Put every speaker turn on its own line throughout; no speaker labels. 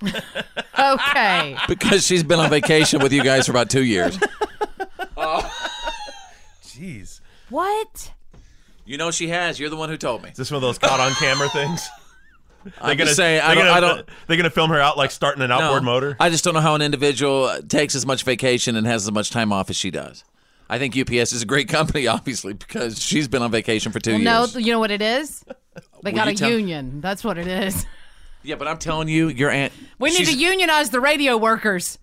okay.
because she's been on vacation with you guys for about two years.
Jeez, is
What?
You know she has. You're the one who told me.
this one of those caught on camera things?
I'm just saying, I
they're
don't,
gonna-
I don't
They're gonna film her out like starting an outboard
no.
motor.
I just don't know how an individual uh, takes as much vacation and has as much time off as she does. I think UPS is a great company, obviously, because she's been on vacation for two
Well, no,
years.
you know what it is? They
Will
got
you
a
tell-
union. That's what it is.
yeah, but I'm telling you, your aunt.
We need
she's,
to unionize the radio workers.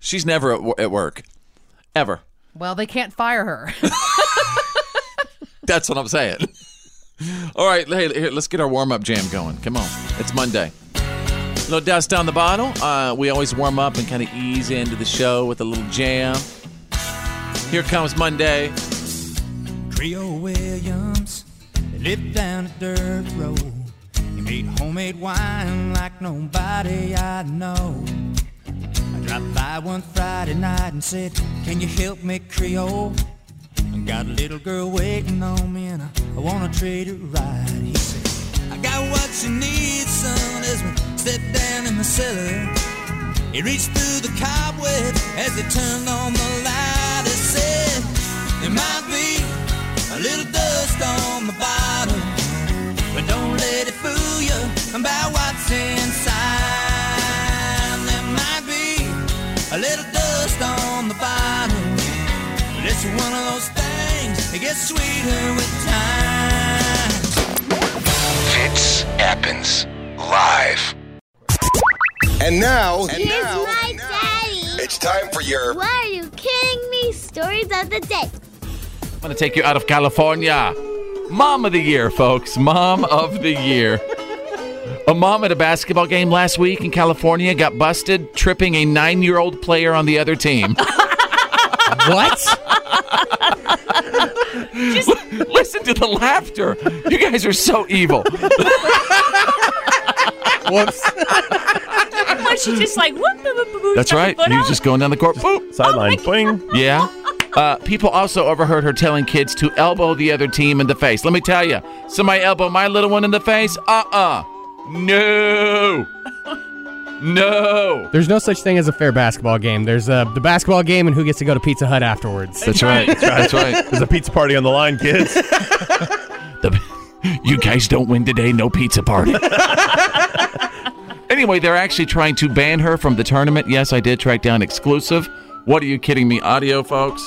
She's never at, wo- at work, ever.
Well, they can't fire her.
That's what I'm saying. All right, hey, here, let's get our warm up jam going. Come on, it's Monday. A little dust down the bottle. Uh, we always warm up and kind of ease into the show with a little jam. Here comes Monday.
Creole Williams lived down a dirt road. He made homemade wine like nobody I know. I dropped by one Friday night and said, Can you help me, Creole? I got a little girl waiting on me and I, I wanna trade her right. He said, I got what you need, son, as we step down in the cellar. He reached through the cobweb as he turned on the light. He said, There might be a little dust on the bottom, but don't let it fool you about what's inside. There might be a little dust on the bottom, but it's one of those things that gets sweeter with time.
Fitz happens live. And now, and
Here's
now,
my daddy.
it's time for your
Why are you kidding me? Stories of the day.
I'm gonna take you out of California. Mom of the year, folks. Mom of the year. A mom at a basketball game last week in California got busted tripping a nine year old player on the other team.
What?
Listen to the laughter. You guys are so evil.
Whoops.
Was she just like whoop whoop whoop, whoop?
That's right.
But
You
I-
just going down the court. Boop.
Sideline,
Oh,
boing.
Yeah. Uh, people also overheard her telling kids to elbow the other team in the face. Let me tell you, Uh-uh. somebody elbow my little one in the face? Uh uh No. No.
There's no such thing as a fair basketball game. There's uh, the basketball game and who gets to go to Pizza Hut afterwards.
That's right. That's right.
There's a pizza party on the line, kids.
You guys don't win today. No pizza party. anyway, they're actually trying to ban her from the tournament. Yes, I did track down exclusive. What are you kidding me? Audio, folks.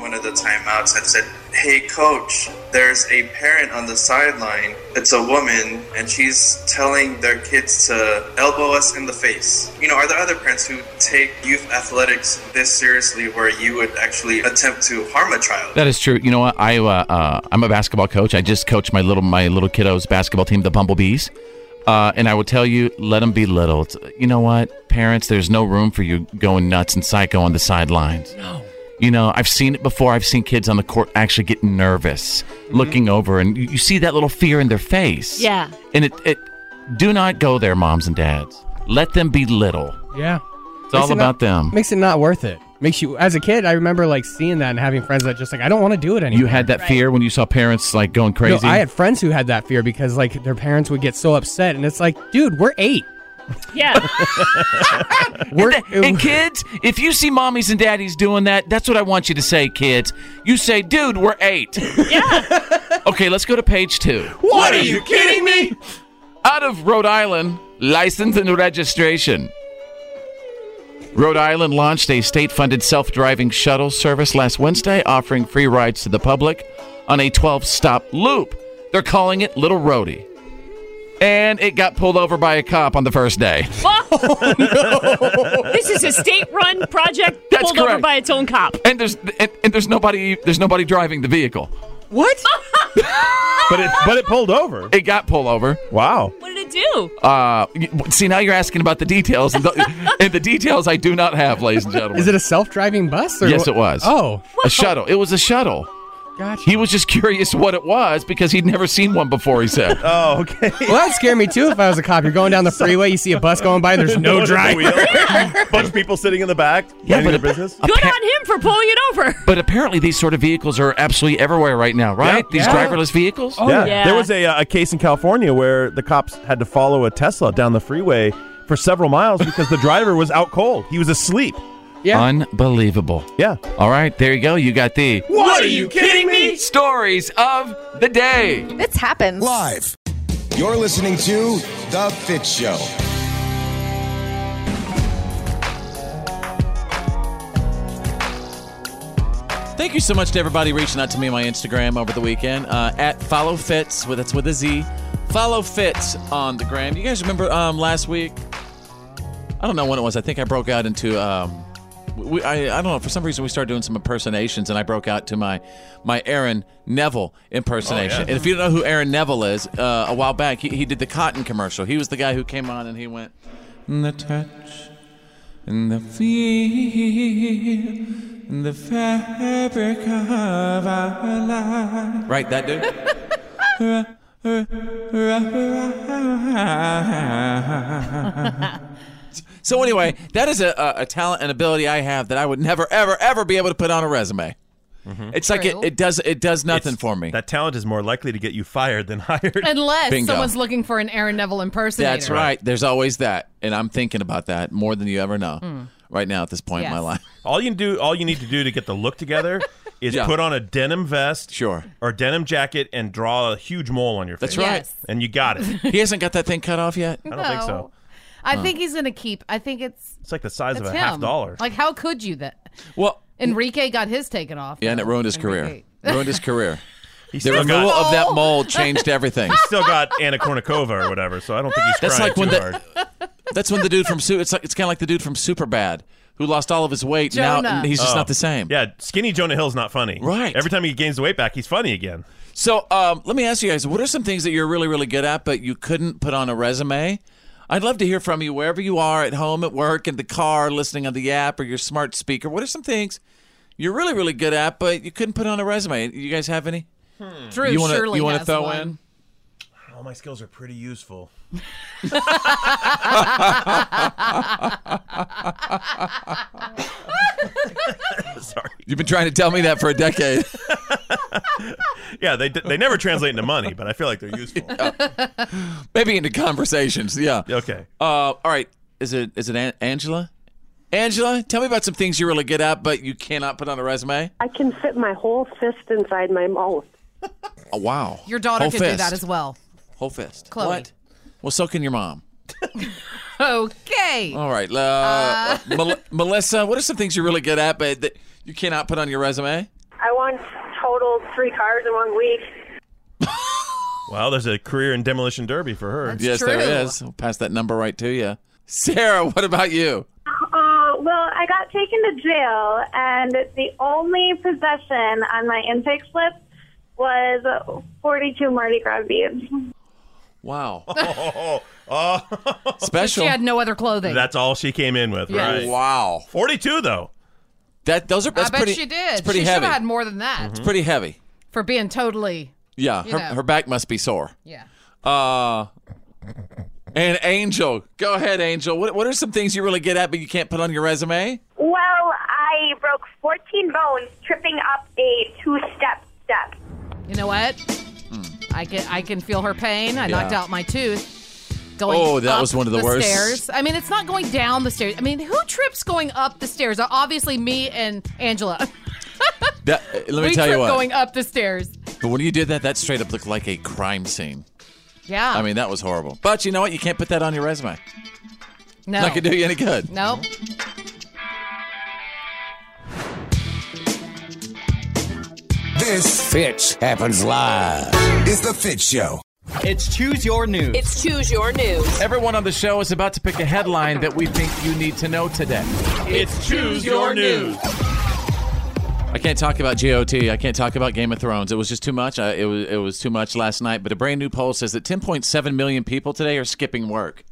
One of the timeouts had said, Hey, coach, there's a parent on the sideline. It's a woman, and she's telling their kids to elbow us in the face. You know, are there other parents who take youth athletics this seriously where you would actually attempt to harm a child?
That is true. You know what? I uh, uh, I'm a basketball coach. I just coach my little my little kiddos basketball team, the Bumblebees. Uh, and I will tell you, let them be little. It's, you know what, parents? There's no room for you going nuts and psycho on the sidelines. No. You know, I've seen it before. I've seen kids on the court actually get nervous,
Mm-hmm.
looking over, and you, you see that little fear in their face.
Yeah.
And it, it, do not go there, moms and dads. Let them be little.
Yeah.
It's all
it
about
not-
them.
Makes it not worth it. Makes you as a kid. I remember like seeing that and having friends that just like I don't want to do it anymore.
You had that fear when you saw parents like going
No,
crazy.
I had friends who had that fear because like their parents would get so upset, and it's like, dude, we're eight.
Yeah.
We're,
and kids, if you see mommies and daddies doing that, that's what I want you to say, kids. You say, dude, we're eight. Yeah. okay, let's go to page two.
What are you kidding me?
Out of Rhode Island, license and registration. Rhode Island launched a state funded self driving shuttle service last Wednesday, offering free rides to the public on a 12 stop loop. They're calling it Little Roadie. And it got pulled over by a cop on the first day.
This is a state-run project
That's
pulled over
correct.
by its own cop.
And there's and, and there's nobody there's nobody driving the vehicle.
What?
but it but it pulled over.
It got pulled over.
Wow.
What did it do?
Uh, y- see now you're asking about the details, and the, and the details I do not have, ladies and gentlemen.
Is it a self-driving bus? Or
yes, it
what-
was.
Oh,
a shuttle. It was a shuttle.
gotcha.
He was just curious what it was because he'd never seen one before. He said,
Uh,
Oh, okay.
Well, that'd scare me too if I was a cop. You're going down the freeway, you see a bus going by, there's no driver.
Bunch of people sitting in the back,
Yeah,
minding
but
their
a-
business.
Oh,
Good on him for pulling it over.
"But apparently, these sort of vehicles are absolutely everywhere right now, right?
Yeah.
These
Yeah.
driverless vehicles."
Oh,
yeah.
yeah.
There was a, uh, a case in California where the cops had to follow a Tesla down the freeway for several miles because the driver was out cold. He was asleep.
Yeah.
Unbelievable.
Yeah.
All right, there you go. You got the
What are you kidding me?
stories of the day.
This happens.
Live. You're listening to The Fit Show.
Thank you so much to everybody reaching out to me on my Instagram over the weekend uh, at follow fits with that's with a Z. Follow fits on the gram. You guys remember um, last week? I don't know when it was. I think I broke out into. Um, we, I, I don't know. For some reason, we started doing some impersonations, and I broke out to my my Aaron Neville impersonation. And if you don't know who Aaron Neville is, uh, a while back he, he did the cotton commercial. He was the guy who came on and he went, the touch and the feel and the fabric of our life. Right, that dude. so anyway, that is a, a, a talent and ability I have that I would never, ever, ever be able to put on a resume. It's like it,
True.
it does it does nothing for me.
That talent is more likely to get you fired than hired.
Unless
Bingo.
someone's looking for an Aaron Neville impersonator.
That's right. There's always that, and I'm thinking about that more than you ever know right now at this point in my
Hmm. Yes.
life.
All you do, all you need to do to get the look together is
Yeah.
put on a denim vest,
Sure.
or denim jacket, and draw a huge mole on your face.
That's right.
Yes.
and you got it. I
He hasn't got that thing cut off yet.
don't think so.
I think he's gonna keep. I think it's
It's like the size
it's
of a
him.
half dollar.
Like how could you that?
Well,
Enrique got his taken off.
yeah, and it ruined his career.
Enrique.
ruined his career.
He
The
still got,
removal of that mole changed everything.
still got Anna Kournikova or whatever. So I don't think he's
That's
trying
like when
too
the-
hard.
That's when the dude from Su- it's like, it's kind of like the dude from Superbad who lost all of his weight. Now
Jonah.
and he's just
Oh.
not the same.
Yeah, skinny Jonah Hill's not funny.
Right.
Every time he gains the weight back, he's funny again.
So um, let me ask you guys: What are some things that you're really, really good at, but you couldn't put on a resume? I'd love to hear from you wherever you are at home, at work, in the car, listening on the app or your smart speaker. What are some things you're really, really good at, but you couldn't put on a resume? You guys have any?
Drew
you wanna-
surely
you wanna
has
throw
one.
in?
All my skills are pretty useful. Sorry.
You've been trying to tell me that for a decade.
Yeah, they they never translate into money, but I feel like they're useful.
Maybe into conversations. Yeah.
Okay.
Uh, all right. is it is it An- Angela? Angela, tell me about some things you're really good at, but you cannot put on a resume.
I can fit my whole fist inside my mouth.
Oh, wow,
Your daughter
Whole
could do
fist.
that as well.
Whole fist.
Chloe.
What? Well, so can your mom.
Okay.
All right, uh, uh, Mel- Melissa, what are some things you're really good at, but that you cannot put on your resume?
I want total three cars in one week.
Well, there's a career in demolition derby for her.
yes, there is. I'll pass that number right to you, Sarah. What about you?
Uh, well, I got taken to jail, and the only possession on my intake slip was 42 Mardi Gras beads.
Wow.
oh, oh, oh.
Special.
She had no other clothing.
That's all she came in with,
Yeah.
right?
Wow.
42 though.
That those are
I bet she did.
it's pretty
she should
heavy. Mm-hmm.
have had more than that
It's pretty heavy.
for being totally.
Yeah,
You
her,
know.
her back must be sore.
Yeah.
Uh, and Angel, go ahead, Angel. What what are some things you really good at but you can't put on your resume?
Well, I broke 14 bones tripping up a two-step step.
You know what? I can I can feel her pain. I
Mm. Yeah.
knocked out my tooth. Going
Oh, that
up
was one of the worst.
Stairs. I mean, it's not going down the stairs. I mean, who trips going up the stairs? Uh, Obviously, me and Angela.
That, uh, let me
we
tell
trip
you what.
going up the stairs.
But when you did that, that straight up looked like a crime scene.
Yeah.
I mean, that was horrible. But you know what? You can't put that on your resume.
no.
Not gonna do you any good.
Nope.
This Fitch happens live. It's the Fitch Show.
It's choose your news.
It's Choose Your News.
Everyone on the show is about to pick a headline that we think you need to know today.
It's Choose Your News.
I can't talk about GOT. I can't talk about Game of Thrones. It was just too much. I, it was it was too much last night. But a brand new poll says that 10.7 million people today are skipping work.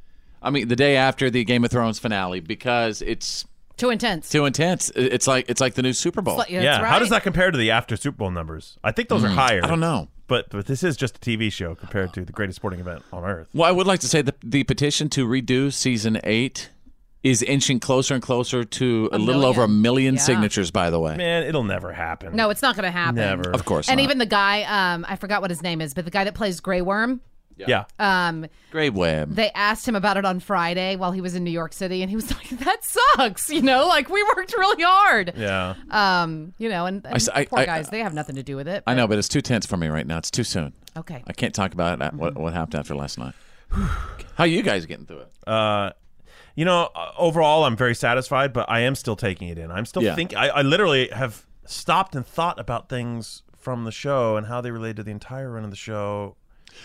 I mean, the day after the Game of Thrones finale because it's
Too intense.
too intense. I- It's like it's like the new Super Bowl.
It's like- yeah,
yeah.
that's
How does
right.
that compare to the after Super Bowl numbers? I think those are
Mm,
higher.
I don't know.
But but this is just a TV show compared to the greatest sporting event on earth.
Well, I would like to say that the petition to redo season eight is inching closer and closer to a, little over a million
Yeah.
signatures. By the way,
Man, it'll never happen.
No, it's not going to happen.
Never. Of course
And
not.
even the guy, um, I forgot what his name is, but the guy that plays Grey Worm,
yeah,
um,
Grey Web.
they asked him about it on Friday while he was in New York City, and he was like, "That sucks," you know, like we worked really hard.
Yeah.
Um, you know, and, and
s- I-
poor
I-
guys, they have nothing to do with it.
I know, but it's too tense for me right now. It's too soon.
Okay.
I can't talk about it, what, what happened after last night. How you guys getting through it?
Uh, you know, uh, overall, I'm very satisfied, but I am still taking it in. I'm still
Yeah.
think. I, I literally have stopped and thought about things from the show and how they relate to the entire run of the show,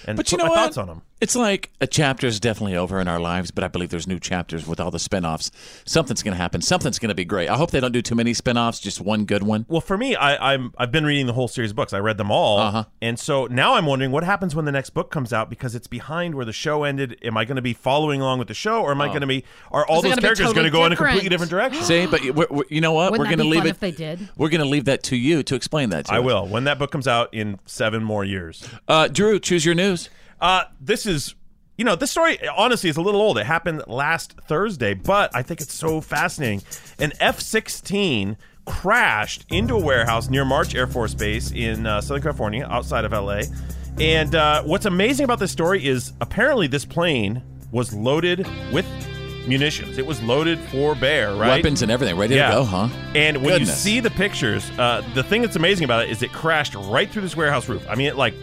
and
But
put
you know
my
what?
thoughts on them.
It's like a chapter is definitely over in our lives, but I believe there's new chapters with all the spinoffs. Something's going to happen. Something's going to be great. I hope they don't do too many spinoffs, just one good one.
Well, for me, I, I'm I've been reading the whole series of books. I read them all, uh-huh. and so now I'm wondering what happens when the next book comes out because it's behind where the show ended. Am I going to be following along with the show, or am I
Oh.
going to be? Are all
Is it gonna
those
be
characters
totally
going to go in a
different?
completely different direction?
See, but you- we're, we're- you know what?
Wouldn't
we're
that
going
be
to leave
fun
it.
if they did?
We're going to leave that to you to explain that. To
I
us.
will when that book comes out in seven more years.
Uh, Drew, choose your news.
Uh, this is, you know, this story honestly is a little old. It happened last Thursday, but I think it's so fascinating. An F 16 crashed into a warehouse near March Air Force Base in uh, Southern California, outside of LA. And uh, what's amazing about this story is apparently this plane was loaded with munitions. It was loaded for bear, right?
Weapons and everything ready
Yeah.
to go, huh?
And when you
Goodness.
see the pictures, uh, the thing that's amazing about it is it crashed right through this warehouse roof. I mean, it like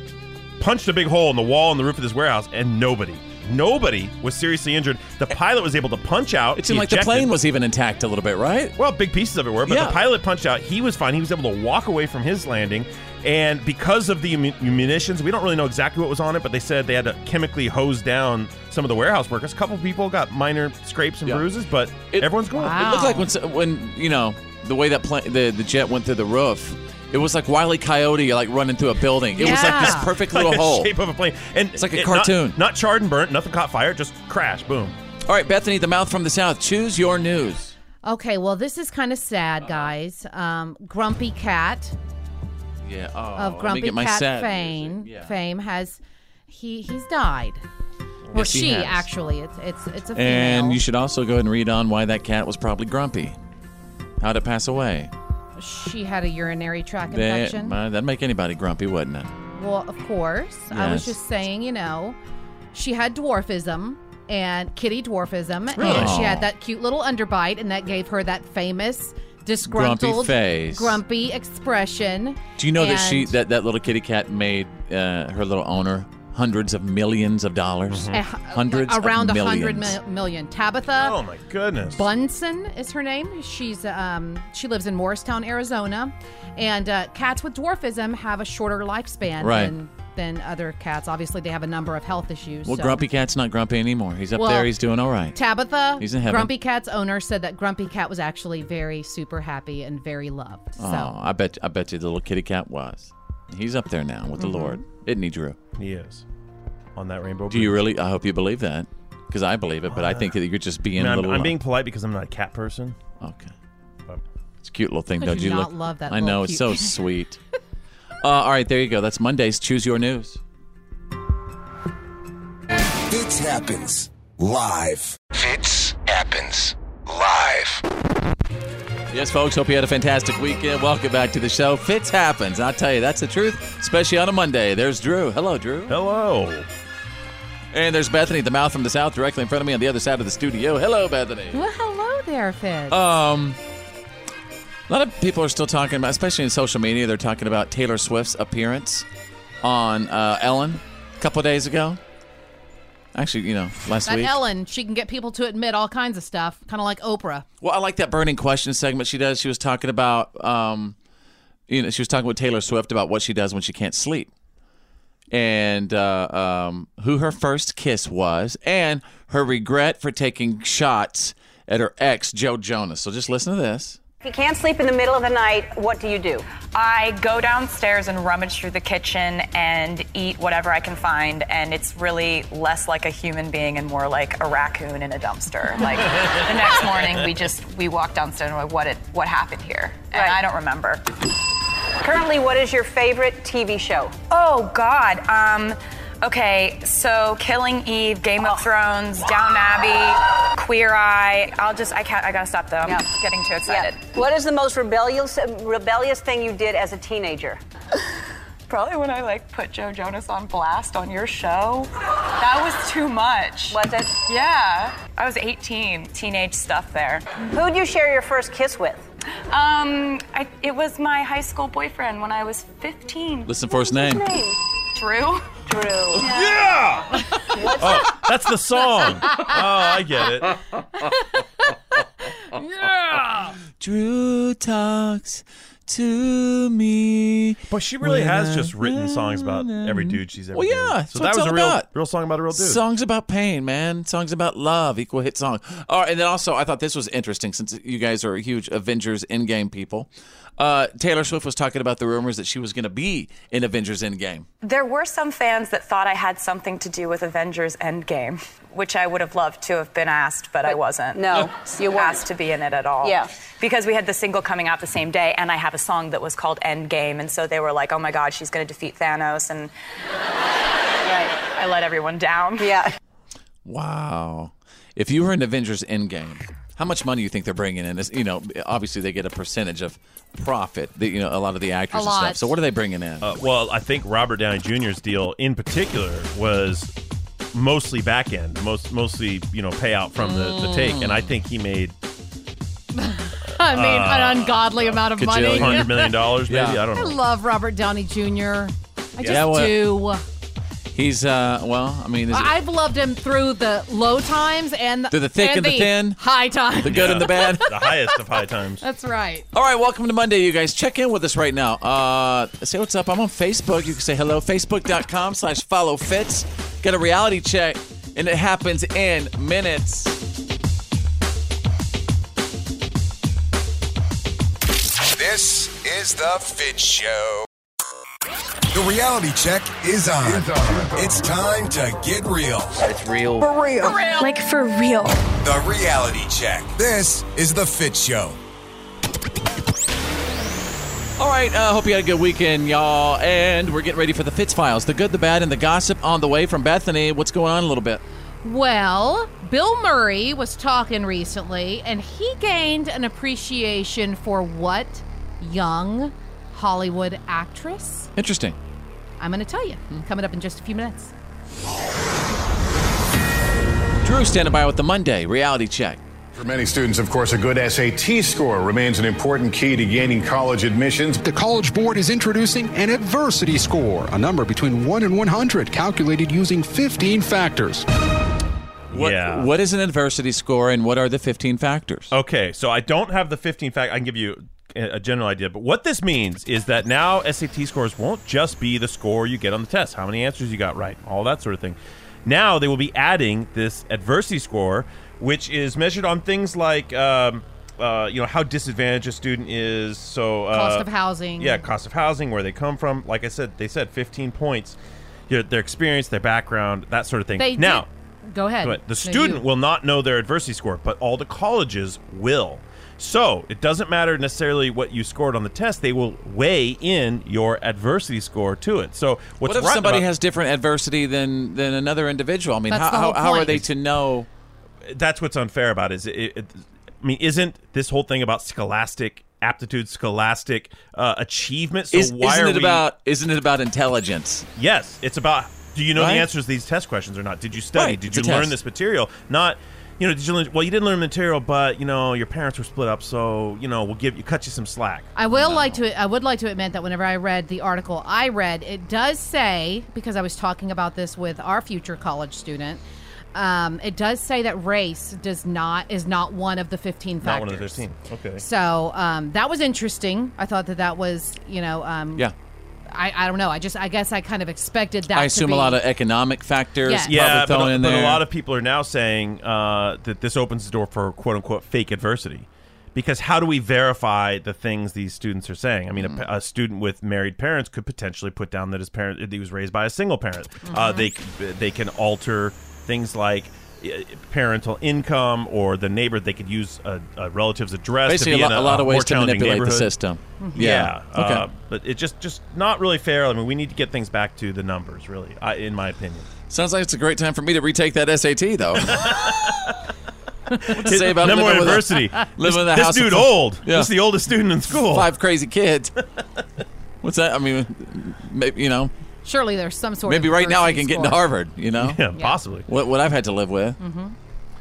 punched a big hole in the wall and the roof of this warehouse, and nobody, nobody was seriously injured. The pilot was able to punch out.
It
He
seemed like the
ejected.
plane was even intact a little bit, right?
Well, big pieces of it were, but
Yeah.
the pilot punched out. He was fine. He was able to walk away from his landing. And because of the mun- munitions, we don't really know exactly what was on it, but they said they had to chemically hose down some of the warehouse workers. A couple people got minor scrapes and bruises, but everyone's cool.
It looked like when, s- when you know the way that plane, the the jet went through the roof. It was like Wiley Coyote like running through a building. It was like this
Yeah.
perfect
Like
little
the
hole.
shape of a plane. And it's
like a
it- not-
cartoon.
Not, charred and burnt. Nothing caught fire. Just crash. Boom.
All right, Bethany, the mouth from the south. Choose your news.
Okay, well, this is kind of sad, guys. Um, Grumpy Cat
Yeah. Oh, let
of
me
Grumpy
get my
Cat
sad
fame,
music. Yeah.
fame has he he's died. Or
Yes, he
she
has.
actually. It's it's it's a female.
And you should also go ahead and read on why that cat was probably grumpy. How'd it pass away?
she had a urinary tract
That,
infection.
uh, that'd make anybody grumpy, wouldn't it?
Well, of course. I was
Yes.
just saying, you know, she had dwarfism. and kitty dwarfism.
Really? Oh.
And she had that cute little underbite, and that gave her that famous disgruntled,
face.
grumpy expression.
Do you know that
And-
she that that little kitty cat made uh, her little owner hundreds of millions of dollars,
Uh,
hundreds of
around a
millions.
hundred mil- million. Tabitha.
Oh my goodness.
Bunsen is her name. She's um she lives in Morristown, Arizona, and uh, cats with dwarfism have a shorter lifespan
Right.
than than other cats. Obviously, they have a number of health issues.
Well,
so.
Grumpy Cat's not grumpy anymore. He's up
Well,
there. He's doing all right.
Tabitha,
He's in heaven.
Grumpy Cat's owner, said that Grumpy Cat was actually very super happy and very loved. So
Oh, I bet I bet you the little kitty cat was. He's up there now with
Mhm.
the Lord, isn't he, Drew?
He is on that rainbow.
Do you really? I hope you believe that, because I believe it. But I think that you're just being
I
a
am
little.
being polite because I'm not a cat person.
Okay. It's a cute little thing,
I
don't
do
you?
not
look-
love that
I know
little
it's so
cute-
sweet. Uh, all right, there you go. That's Mondays. Choose your news.
Fits happens live. Fits happens live.
Yes, folks. Hope you had a fantastic weekend. Welcome back to the show. Fits happens. I'll tell you, that's the truth, especially on a Monday. There's Drew. Hello, Drew.
Hello.
And there's Bethany, the mouth from the south, directly in front of me on the other side of the studio. Hello, Bethany.
well, hello there, Fitz.
Um, a lot of people are still talking about, especially in social media, they're talking about Taylor Swift's appearance on uh, Ellen a couple days ago. Actually, you know, last
that
week.
Ellen, she can get people to admit all kinds of stuff, kind of like Oprah.
Well, I like that burning question segment she does. She was talking about, um, you know, she was talking with Taylor Swift about what she does when she can't sleep, and uh, um, who her first kiss was, and her regret for taking shots at her ex Joe Jonas. So just listen to this.
If you can't sleep in the middle of the night, what do you do?
I go downstairs and rummage through the kitchen and eat whatever I can find, and it's really less like a human being and more like a raccoon in a dumpster. Like the next morning, we just we walk downstairs and we're like, what it, what happened here? And I don't remember.
Currently, what is your favorite TV show?
Oh God. Um, okay, so Killing Eve, Game of Thrones, Down Abbey, Queer Eye. I'll just I can't I gotta stop though. I'm getting too excited.
What is the most rebellious rebellious thing you did as a teenager?
Probably when I like put Joe Jonas on blast on your show. That was too much. Was it? Yeah. I was 18. Teenage stuff there.
Who'd you share your first kiss with?
Um, I, it was my high school boyfriend when I was 15.
Listen for his name.
Drew. Drew.
Yeah. Oh, that's the song. Oh, I get it.
yeah.
Drew talks to me.
But she really
when
has
I-
just written songs about every dude she's ever
Well,
dated.
yeah. that's
So that
what
was
it's
a
all
real,
about.
real song about a real dude.
Songs about pain, man. Songs about love. Equal hit song. All right, and then also, I thought this was interesting since you guys are huge Avengers Endgame people. Uh, Taylor Swift was talking about the rumors that she was going to be in Avengers Endgame.
There were some fans that thought I had something to do with Avengers Endgame, which I would have loved to have been asked, but, I wasn't.
no,
you weren't asked to be in it at all.
Yeah.
because we had the single coming out the same day, and I have a song that was called Endgame, and so they were like, "Oh my God, she's going to defeat Thanos," and I let everyone down. Yeah.
Wow. If you were in Avengers Endgame, how much money do you think they're bringing in? Is you know, obviously they get a percentage of profit. The, you know, a lot of the actors and stuff.
lot.
So what are they bringing in?
Uh, well, I think Robert Downey Jr.'s deal in particular was mostly back end, most mostly you know payout from the, the take,
Mm.
and I think he made
I mean,
Uh,
an ungodly amount of money.
hundred million dollars, maybe. I don't
I
know.
love Robert Downey Jr. I just
Yeah, well-
do.
He's uh, well, I mean, is it-
I- I've loved him through the low times and
Through the thick and the thin.
high times.
the good and the bad,
the highest of high times.
That's right.
All right, welcome to Monday, you guys. Check in with us right now. Uh, say what's up. I'm on Facebook. You can say hello. Facebook.com slash follow fits. Got a reality check, and it happens in minutes.
This is the Fit Show. The reality check is on. It's time to get real. It's real.
real. Like for real.
The reality check. This is the Fit Show.
All right, uh, hope you had a good weekend, y'all. And we're getting ready for the Fits Files the good, the bad, and the gossip on the way from Bethany. What's going on a little bit?
Well, Bill Murray was talking recently, and he gained an appreciation for what young Hollywood actress?
Interesting.
Hmm.
I'm going to tell you. Coming up in just a few minutes.
Drew standing by with the Monday reality check.
For many students, of course, a good SAT score remains an important key to gaining college admissions.
The College Board is introducing an adversity score, a number between 1 and 100, calculated using 15 factors.
What, yeah. What is an adversity score and what are the 15 factors?
Okay, so I don't have the 15 fact. I can give you a a general idea, but what this means is that now SAT scores won't just be the score you get on the test, how many answers you got right, all that sort of thing. Now they will be adding this adversity score, which is measured on things like. Um, uh, you know how disadvantaged a student is. So uh,
Cost of housing.
Yeah, cost of housing, where they come from. Like I said, they said 15 points. Your, their experience, their background, that sort of thing.
They
now,
did- go ahead.
but the
No,
student
you.
will not know their adversity score, but all the colleges will. So it doesn't matter necessarily what you scored on the test; they will weigh in your adversity score to it. So what's
what if
rotten
somebody
about-
has different adversity than, than another individual? I mean,
That's
how,
the whole
how, how are
point.
they to know?
That's what's unfair about it, is it, it I mean, isn't this whole thing about scholastic aptitude, scholastic uh, achievement? So
Is,
why
isn't
are
it
we?
about isn't it about intelligence?
yes, it's about. Do you know
Right?
the answers to these test questions or not? Did you study?
Right,
did
it's
you
a
learn
test.
this material? Not. You know, did you learn? Well, you didn't learn material, but you know, your parents were split up, so you know, we'll give you cut you some slack.
I will like to. I would like to admit that whenever I read the article I read, it does say because I was talking about this with our future college student. Um, it does say that race does not is not one of the fifteen
Not
factors.
one of the fifteen. Okay.
So um, that was interesting. I thought that that was you know um,
Yeah.
I, I don't know. I just I guess I kind of expected that.
I
to
assume
be-
a lot of economic factors
Yeah.
probably
Yeah, but,
thrown
a-
in
but
there.
a lot of people are now saying uh, that this opens the door for quote unquote fake adversity. Because how do we verify the things these students are saying? I mean, a
Mm.
pa- a, student with married parents could potentially put down that his parent that he was raised by a single parent. Uh,
Mhm.
they c- they can alter things like uh, parental income or the neighbor. They could use a, a relative's address.
Basically, a
to be
lot-
in a,
a lot of
more
ways to
challenging
manipulate the
neighborhood.
system. Mhm.
Yeah,
Yeah. Okay.
uh, but it's just just not really fair. I mean, we need to get things back to the numbers, really, I, in my opinion.
Sounds like it's a great time for me to retake that SAT though. what to say about
No more
living with a-
adversity.
living in the
This- this
house
dude
of-
old. This is the oldest student in school.
Five crazy kids. What's that? I mean, maybe you know,
surely there's some sort.
maybe
of
right now I
diversity
can get
score.
into Harvard. You know,
Yeah, possibly.
What what I've had to live with.
Mhm.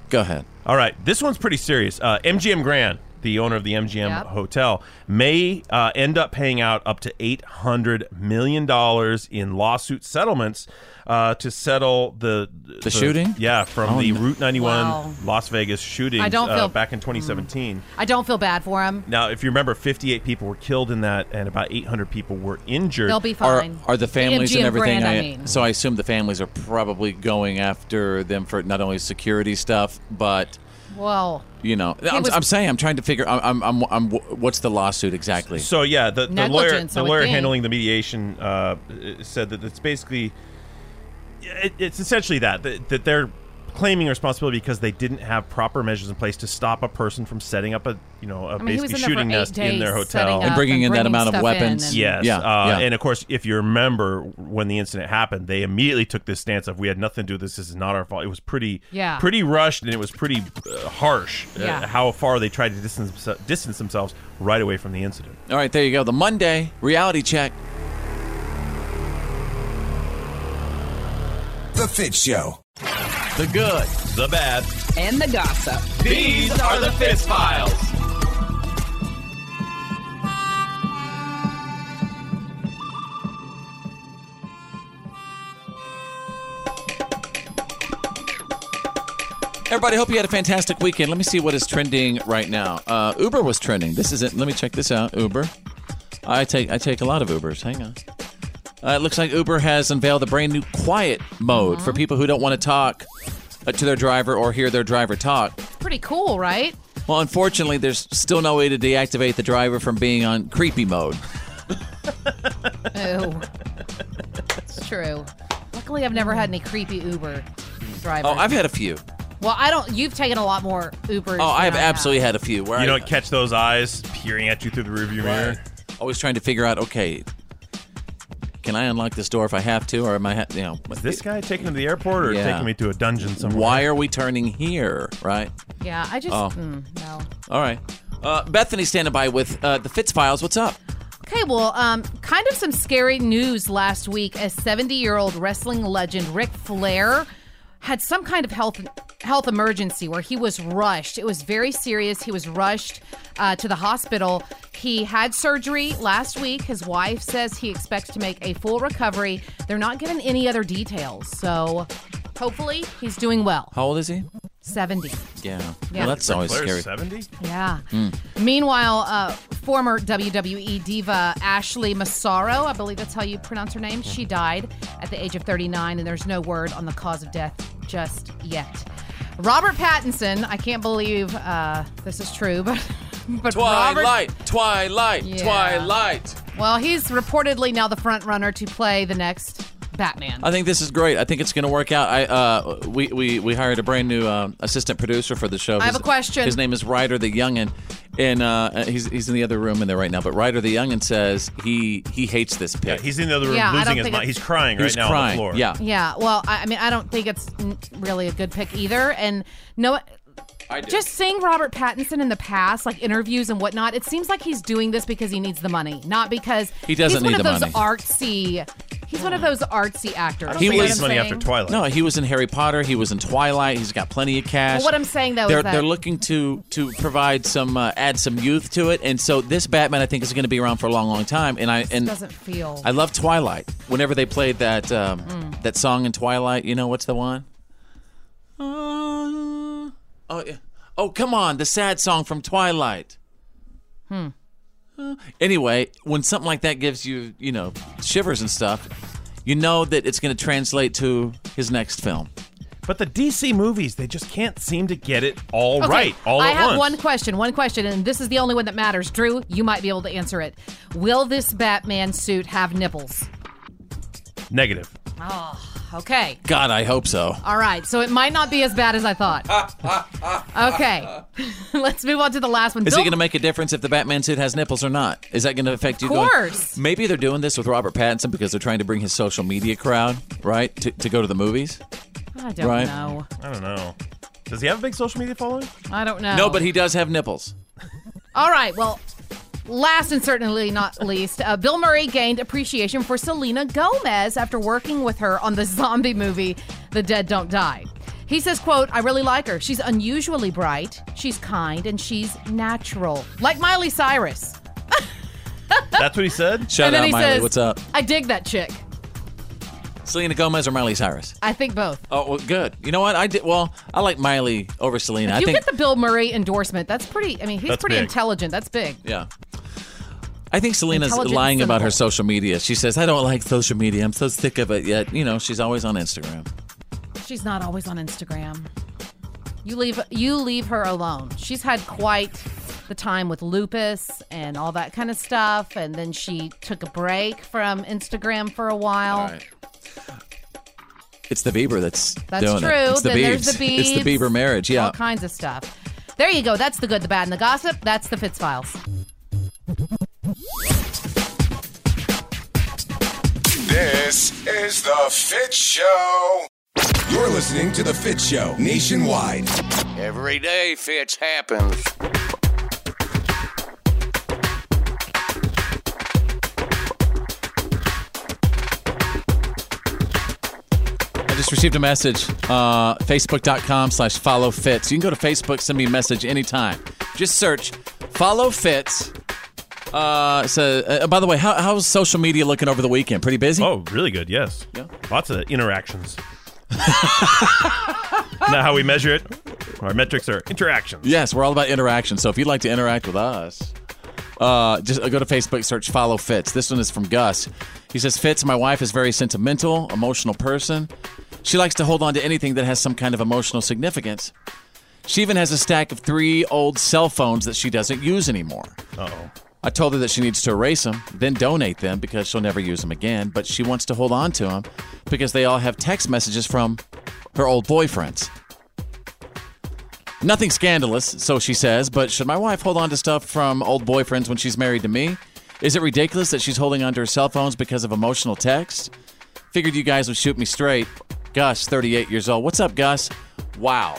Go ahead.
All right, this one's pretty serious. Uh, MGM Grand, the owner of the MGM
Yep.
Hotel, may uh, end up paying out up to eight hundred million dollars in lawsuit settlements uh, to settle the the,
shooting?
Yeah, from
Oh,
the
no.
Route ninety one
Wow.
Las Vegas shooting
I don't
uh,
feel- Hmm.
back in twenty seventeen.
I don't feel bad for him.
Now, if you remember, 58 people were killed in that, and about 800 people were injured.
They'll be fine.
Are the families and
MGM
everything?
Grand, I
I-
mean.
So I assume the families are probably going after them for not only security stuff, but
Well,
you know,
It
I'm,
was-
I'm saying I'm trying to figure. I'm, I'm, I'm, I'm what's the lawsuit exactly?
So yeah, the, the lawyer,
Negligence, I
the
would
lawyer
think.
handling the mediation uh, said that it's basically, it, it's essentially that, that that they're claiming responsibility because they didn't have proper measures in place to stop a person from setting up a you know a
mean, he was
basically
in there for
shooting
eight
nest in their hotel
days setting And up bringing and in that bringing amount of stuff in weapons. and-
yes,
Yeah,
uh,
yeah.
and of course, if you remember when the incident happened, they immediately took this stance of we had nothing to do with this. This is not our fault. It was pretty
Yeah.
pretty rushed and it was pretty uh, harsh. uh,
Yeah.
how far they tried to distance distance themselves right away from the incident.
All right, there you go. The Monday reality check.
The Fit Show.
The good,
the bad,
And the gossip.
These are the Fist Files. Everybody, hope you had a fantastic weekend. Let me see what is trending right now. Uh, Uber was trending. This isn't. Let me check this out. Uber. I take I take a lot of Ubers. Hang on. Uh, it looks like Uber has unveiled a brand new quiet mode for people who don't want to talk uh, to their driver or hear their driver talk.
pretty cool, right?
Well, unfortunately, there's still no way to deactivate the driver from being on creepy mode.
Oh, it's true. Luckily, I've never had any creepy Uber drivers.
Oh, I've had a few.
well, I don't. You've taken a lot more Ubers.
Oh, I have
than
absolutely had a few. Where
You
I,
don't catch those eyes peering at you through the rearview mirror.
Always trying to figure out, okay, can I unlock this door if I have to, or am I, ha- you know,
Is this guy taking him to the airport or
Yeah.
taking me to a dungeon somewhere?
why are we turning here, right?
Yeah, I just.
Oh.
mm, no.
All right. Uh, Bethany standing by with uh, the Fitz Files. What's up?
Okay, well, um, kind of some scary news last week as 70 year old wrestling legend Ric Flair had some kind of health health emergency where he was rushed. It was very serious. He was rushed uh, to the hospital. He had surgery last week. His wife says he expects to make a full recovery. They're not given any other details. So hopefully he's doing well.
How old is he?
70.
Yeah.
Yeah.
Well, that's always
Ric
scary.
Flair's
70?
Yeah.
Mm.
Meanwhile, uh, former WWE diva Ashley Massaro, I believe that's how you pronounce her name, she died at the age of 39, and there's no word on the cause of death just yet. Robert Pattinson, I can't believe uh, this is true, but but Robert-
Twilight, Twilight,
Yeah.
Twilight.
well, he's reportedly now the front runner to play the next Batman.
I think this is great. I think it's going to work out. I uh, we, we we hired a brand new um, assistant producer for the show.
I have
His-
a question.
His name is Ryder the Youngin, and uh, he's he's in the other room in there right now. But Ryder the Youngin says he he hates this pick.
he's in the other
room Yeah, I losing don't his think mind. it's-
He's crying right
He's
now on the
crying.
floor.
Yeah,
Yeah, well, I, I mean, I don't think it's n- really a good pick either. And no,
I do.
just seeing Robert Pattinson in the past, like interviews and whatnot, it seems like he's doing this because he needs the money, not because
He doesn't
he's one
need
of
the
those
money.
artsy. He's one of those artsy actors. You know what I'm saying?
No, he was in Harry Potter. He was in Twilight. He's got plenty of cash.
Well, what I'm saying though
they're,
is that
they're looking to to provide some uh, add some youth to it, and so this Batman I think is going to be around for a long, long time. And I
it
and
doesn't feel.
I love Twilight. Whenever they played that um,
Mm.
that song in Twilight, you know what's the one? Oh yeah. Oh come on, the sad song from Twilight. Uh,
Hmm.
Anyway, when something like that gives you you know shivers and stuff, you know that it's going to translate to his next film.
But the DC movies, they just can't seem to get it all right
Okay,
all
I
at
have
once.
one question, one question, and this is the only one that matters. Drew, you might be able to answer it. Will this Batman suit have nipples?
Negative.
Oh, okay.
God, I hope so.
All right, so it might not be as bad as I thought. Okay, let's move on to the last one.
Is
Bill-
it going to make a difference if the Batman suit has nipples or not? Is that going to affect you?
Of
going-
course.
maybe they're doing this with Robert Pattinson because they're trying to bring his social media crowd right to, to go to the movies.
I don't
right?
know.
I don't know. Does he have a big social media following?
I don't know.
No, but he does have nipples.
All right, well, last and certainly not least, uh, Bill Murray gained appreciation for Selena Gomez after working with her on the zombie movie The Dead Don't Die. He says, quote, I really like her. She's unusually bright, she's kind, and she's natural. Like Miley Cyrus.
That's what he said.
Shout
And then
out,
he
Miley.
says-
What's up?
I dig that chick.
Selena Gomez or Miley Cyrus?
I think both.
Oh, well, good. You know what? I did. Well, I like Miley over Selena. I
you
think.
get the Bill Murray endorsement. That's pretty. I mean, he's
That's
pretty
big.
intelligent. That's big.
yeah. I think Selena's
Intelligent,
lying about her social media. She says, "I don't like social media. I'm so sick of it." Yet, you know, she's always on Instagram.
She's not always on Instagram. You leave you leave her alone. She's had quite the time with lupus and all that kind of stuff, and then she took a break from Instagram for a while.
All right. It's the Bieber that's
That's
doing
true.
it. It's the
Then
Biebs.
there's the
It's the
Biebs.
Bieber marriage. Yeah.
All kinds of stuff. There you go. That's the good, the bad, and the gossip. That's the Fitz Files.
This is the Fit Show. You're listening to the Fit Show nationwide.
Every day, fits happens.
I just received a message. Uh, Facebook.com slash follow fits. You can go to Facebook, send me a message anytime. Just search follow fits. Uh, so, uh, by the way, how, how's social media looking over the weekend? Pretty busy?
Oh, really good. Yes. Yeah. Lots of interactions. Not how we measure it. Our metrics are interactions.
Yes, we're all about interaction. So if you'd like to interact with us, uh, just go to Facebook, search Follow Fitz. This one is from Gus. He says, Fitz, my wife is very sentimental, emotional person. She likes to hold on to anything that has some kind of emotional significance. She even has a stack of three old cell phones that she doesn't use anymore.
Uh-oh.
I told her that she needs to erase them, then donate them because she'll never use them again, but she wants to hold on to them because they all have text messages from her old boyfriends. Nothing scandalous, so she says, but should my wife hold on to stuff from old boyfriends when she's married to me? Is it ridiculous that she's holding on to her cell phones because of emotional text? Figured you guys would shoot me straight. Gus, 38 years old. What's up, Gus? Wow.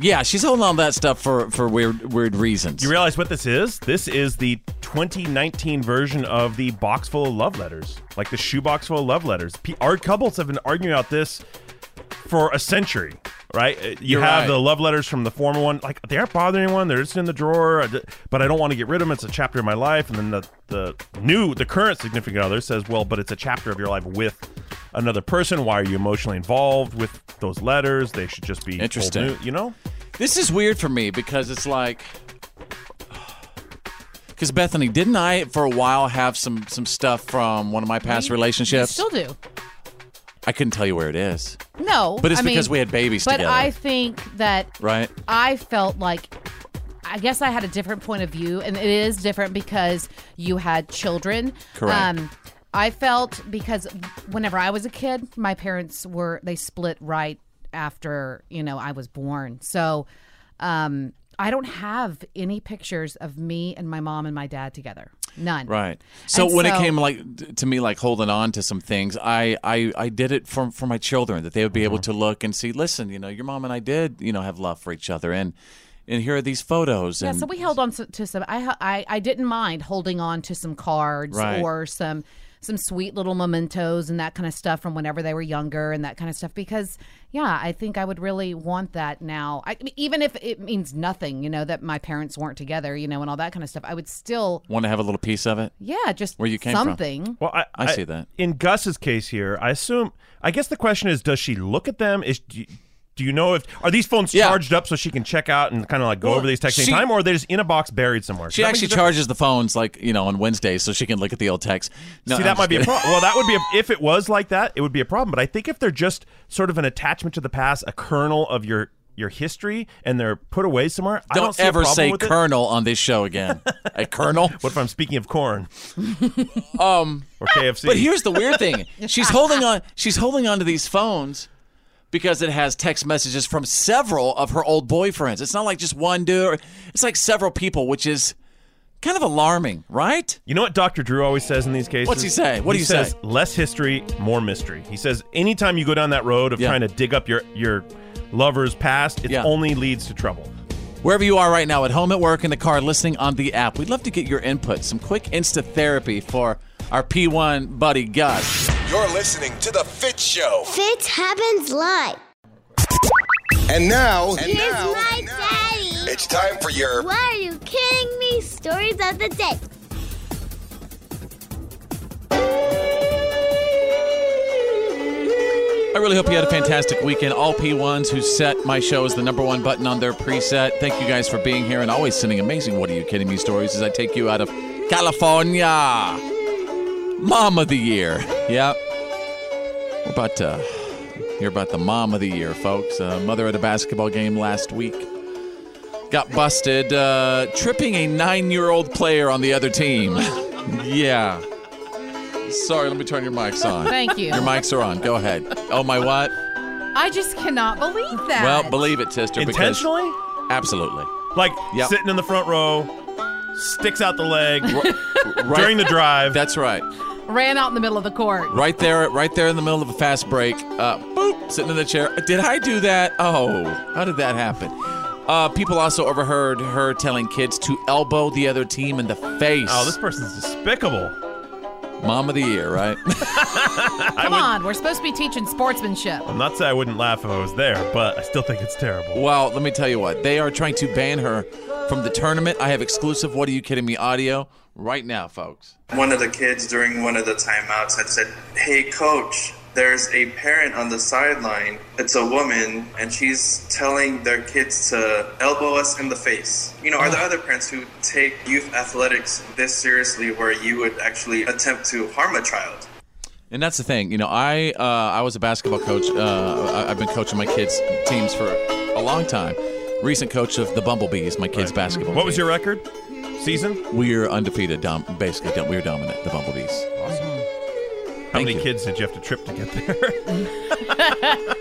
Yeah, she's holding on to that stuff for, for weird weird reasons.
You realize what this is? This is the 2019 version of the box full of love letters, like the shoebox full of love letters. P- Our couples have been arguing about this for a century. right? Uh, You
You're
have
right.
the love letters from the former one. Like they aren't bothering anyone. They're just in the drawer. I d- But I don't want to get rid of them. It's a chapter of my life. And then the the new the current significant other says, well, but it's a chapter of your life with another person. Why are you emotionally involved with those letters? They should just be old
Interesting.
new, you know.
This is weird for me because it's like, because Bethany, didn't I for a while have some some stuff from one of my past relationships?
Still do.
I couldn't tell you where it is,
No.
but it's
I mean,
because we had babies
But
together,
I think that
right?
I felt like I guess I had a different point of view, and it is different because you had children. Um,
Correct.
I felt because whenever I was a kid, my parents were they split right after you know I was born, so um, I don't have any pictures of me and my mom and my dad together. None.
Right. So
And
when it
so-
came like d- to me, like holding on to some things, I I, I did it for for my children that they would be able to
Mm-hmm.
look and see. Listen, you know, your mom and I did, you know, have love for each other, and and here are these photos.
Yeah,
and
so we held on to, to some. I, hel- I I didn't mind holding on to some cards
Right.
or some some sweet little mementos and that kind of stuff from whenever they were younger and that kind of stuff because yeah, I think I would really want that now. I, I mean, even if it means nothing, you know, that my parents weren't together, you know, and all that kind of stuff, I would still
want to have a little piece of it.
yeah, just
Where you came from.
something.
Well, I,
I see that.
In Gus's case here, I assume. I guess the question is, does she look at them? Is do you, do you know if are these phones charged up so she can check out and kind of like go
Well,
over these texting
she-
time, or are they just in a box buried somewhere?
She
Does that
actually
make a difference?
charges the phones like you know on Wednesdays, so she can look at the old text. No, I'm
See, that
just
might be a
kidding.
problem. Well, that would be a, if it was like that, it would be a problem. But I think if they're just sort of an attachment to the past, a kernel of your your history, and they're put away somewhere. I
Don't,
don't see a
ever
problem
say
with it.
Colonel on this show again. a Colonel.
What if I'm speaking of corn?
um,
or KFC.
But here's the weird thing: she's holding on. She's holding on to these phones because it has text messages from several of her old boyfriends. It's not like just one dude. or- It's like several people, which is kind of alarming, right?
You know what Dr. Drew always says in these cases?
What's he say? What do
he
you say?
says? Less history, more mystery. He says anytime you go down that road of trying to dig up your your lover's past, it only leads to trouble.
Wherever you are right now, at home, at work, in the car, listening on the app, we'd love to get your input. Some quick insta therapy for our P1 buddy Gus.
You're listening to The Fit Show.
Fit happens live.
And now,
Here's my daddy.
it's time for your
Why are you kidding me? Stories of the day.
I really hope you had a fantastic weekend. All P1s who set my show as the number one button on their preset. Thank you guys for being here and always sending amazing What Are You Kidding Me stories as I take you out of California. Mom of the Year. Yep. We're about to hear about the Mom of the Year, folks. Uh, mother at a basketball game last week got busted uh, tripping a nine year old player on the other team. yeah. Sorry, let me turn your mics on.
Thank you.
Your mics are on. Go ahead. Oh, my what?
I just cannot believe that.
Well, believe it, sister. because-
Intentionally?
absolutely.
Like
Yep.
sitting in the front row, sticks out the leg
Right-
during the drive.
That's right.
ran out in the middle of the court.
Right there, right there in the middle of a fast break. Uh, boop, sitting in the chair. Did I do that? Oh, how did that happen? Uh, people also overheard her telling kids to elbow the other team in the face.
Oh, this person's despicable.
Mom of the year, right?
Come on, we're supposed to be teaching sportsmanship.
I'm not saying I wouldn't laugh if I was there, but I still think it's terrible.
Well, let me tell you what. They are trying to ban her from the tournament. I have exclusive What Are You Kidding Me audio right now, folks.
One of the kids during one of the timeouts had said, Hey, coach, there's a parent on the sideline. It's a woman, and she's telling their kids to elbow us in the face. You know, are
Oh.
there other parents who take youth athletics this seriously where you would actually attempt to harm a child?
And that's the thing, you know. I uh, I was a basketball coach. Uh, I- I've been coaching my kids' teams for a long time. Recent coach of the Bumblebees, my kids' basketball.
Mm-hmm. What was
team.
your record? Season?
We're undefeated. Dom- basically, dom- we're dominant. The Bumblebees.
How many kids did you have to trip to get there?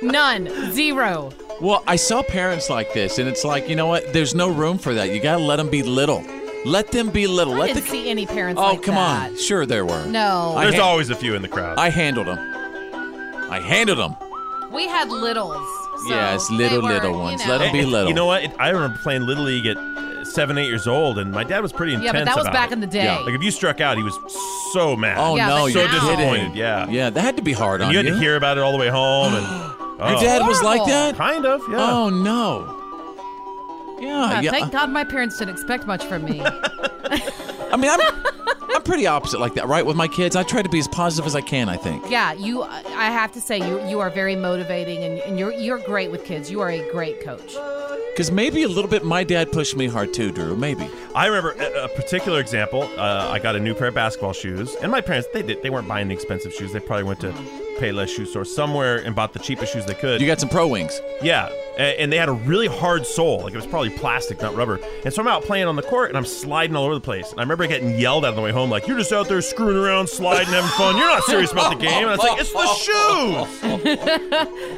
None. Zero.
Well, I saw parents like this, and it's like, you know what? There's no room for that. You gotta let them be little. Let them be little.
I
let
didn't
the.
see any parents.
oh,
like
come
that.
on. Sure, there were.
No.
There's
han-
always a few in the crowd.
I handled them. I handled them.
We had littles. So
yes, little
they were,
little
you
ones.
know.
Let them be
It-
little.
You know what? It, I remember playing little league at uh, seven, eight years old, and my dad was pretty intense.
Yeah, but that was
about
back
it.
in the day. Yeah.
Like if you struck out, he was so mad.
Oh
Yeah,
no,
but
so
you're
now-
disappointed.
kidding.
Yeah,
Yeah, that had to be hard
and
on
you
you.
had to hear about it all the way home, and Oh,
Your dad was
Oh.
like that?
Kind of, yeah.
Oh, no. Yeah,
God,
yeah.
Thank God my parents didn't expect much from me.
I mean, I'm, I'm pretty opposite like that, right? With my kids, I try to be as positive as I can, I think.
yeah, you. I have to say, you you are very motivating, and, and you're you're great with kids. You are a great coach.
Because maybe a little bit my dad pushed me hard too, Drew. Maybe.
I remember a, a particular example. Uh, I got a new pair of basketball shoes, and my parents they did, they weren't buying the expensive shoes. They probably went to Payless Shoe Store somewhere and bought the cheapest shoes they could. You
got some Pro Wings.
Yeah, a- and they had a really hard sole, like it was probably plastic, not rubber. And so I'm out playing on the court, and I'm sliding all over the place. And I remember getting yelled at on the way home, like "You're just out there screwing around, sliding, having fun. You're not serious about the game." And it's like it's the shoes.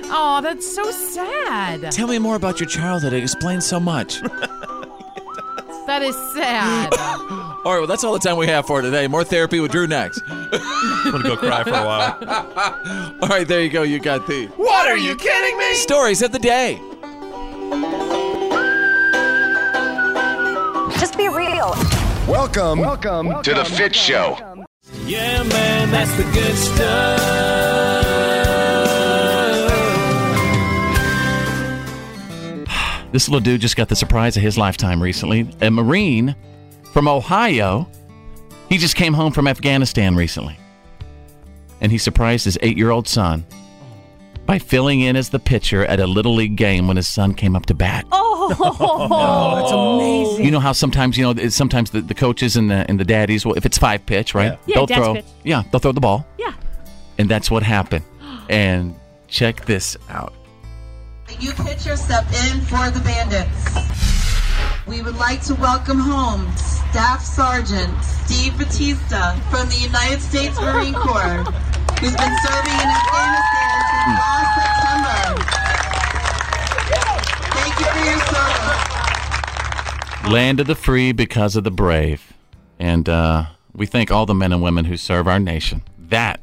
oh, that's so sad.
Tell me more about your childhood. It explains so much.
That is sad.
All right, well, that's all the time we have for today. More therapy with Drew next. I'm
going to go cry for a
while. all right, there you go. You got the
What are you kidding me?
stories of the day.
Just be real.
Welcome, welcome, to the Fit Show.
Yeah, man, that's the good stuff.
This little dude just got the surprise of his lifetime recently. A Marine from Ohio. He just came home from Afghanistan recently. And he surprised his eight year old son by filling in as the pitcher at a Little League game when his son came up to bat.
Oh, that's amazing.
You know how sometimes you know it's- sometimes the, the coaches and the and the daddies will if it's five pitch right
Yeah. Yeah, dad's
throw
pitch.
yeah they'll throw the ball
Yeah.
and that's what happened and check this out
You pitch yourself in for the bandits. We would like to welcome home Staff Sergeant Steve Batista from the United States Marine Corps, who's been serving in Afghanistan since last September. Thank you for your service.
land of the free because of the brave and uh, we thank all the men and women who serve our nation that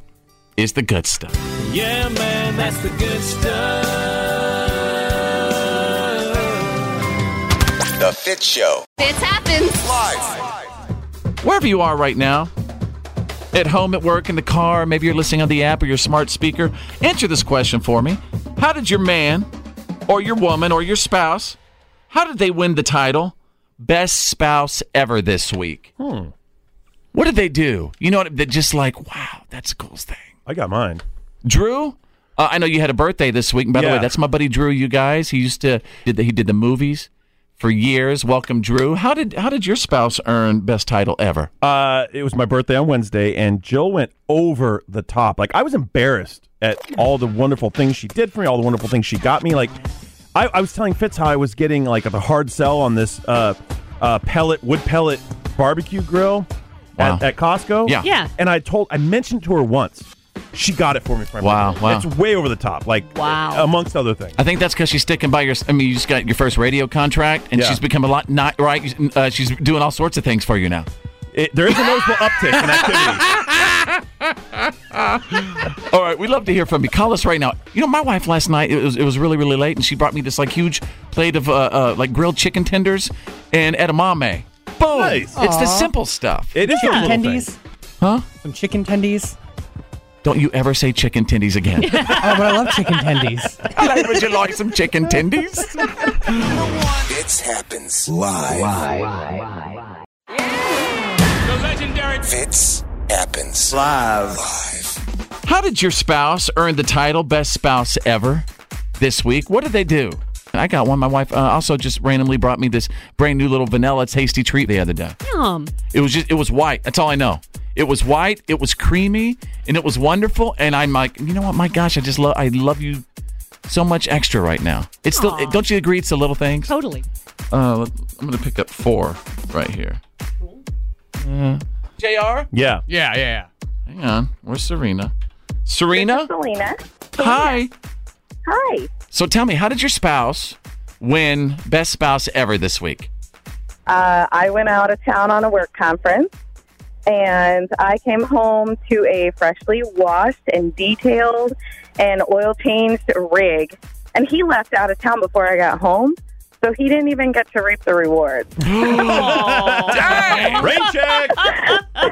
is the good stuff.
Yeah, man, that's the good stuff.
The Fit Show.
Fits happens.
wherever you are right now, at home, at work, in the car, maybe you're listening on the app or your smart speaker, answer this question for me. How did your man or your woman or your spouse, how did they win the title best spouse ever this week?
Hmm.
What did they do? You know what? They're just like, wow, that's the coolest thing.
I got mine.
Drew, uh, I know you had a birthday this week. And by the way,
Yeah.
that's my buddy Drew. You guys, he used to did the, he did the movies for years. Welcome, Drew. How did how did your spouse earn best title ever?
Uh, it was my birthday on Wednesday, and Jill went over the top. Like I was embarrassed at all the wonderful things she did for me, all the wonderful things she got me. Like I, I was telling Fitz how I was getting like a hard sell on this uh, uh, pellet wood pellet barbecue grill at, at Costco.
Yeah. Yeah.
And I told I mentioned to her once. She got it for me for my
Wow,
birthday.
wow.
It's way over the top. Like wow. amongst other things.
I think that's because she's sticking by your. I mean, you just got your first radio contract, and
Yeah.
she's become a lot not right. Uh, she's doing all sorts of things for you now.
there is a noticeable uptick in activity.
All right, we'd love to hear from you. Call us right now. You know, my wife last night it was it was really really late, and she brought me this like huge plate of uh, uh, like grilled chicken tenders and edamame. Boom!
Nice.
It's the
Aw.
simple stuff.
It is
Chicken tendies.
Huh?
Some chicken tendies.
Don't you ever say chicken tendies again.
oh, but I love chicken tendies.
Would you like some chicken tendies?
It happens live.
The legendary
Fits happens live.
How did your spouse earn the title Best Spouse Ever this week? What did they do? I got one. My wife uh, also just randomly brought me this brand new little vanilla tasty treat the other day.
Yum.
It was just, it was white. That's all I know. It was white. It was creamy, and it was wonderful. And I'm like, you know what? My gosh, I just love. I love you so much extra right now. It's still.
Aw.
Don't you agree? It's the little things.
Totally.
Uh, let- I'm gonna pick up four right here. Uh, Jr.
Yeah.
Yeah. Yeah. Hang on. Where's Serena? Serena.
Selena.
Hi.
Hi.
So tell me, how did your spouse win best spouse ever this week?
Uh, I went out of town on a work conference, and I came home to a freshly washed and detailed and oil changed rig. And he left out of town before I got home, So he didn't even get to reap the reward.
Dang! Rain check!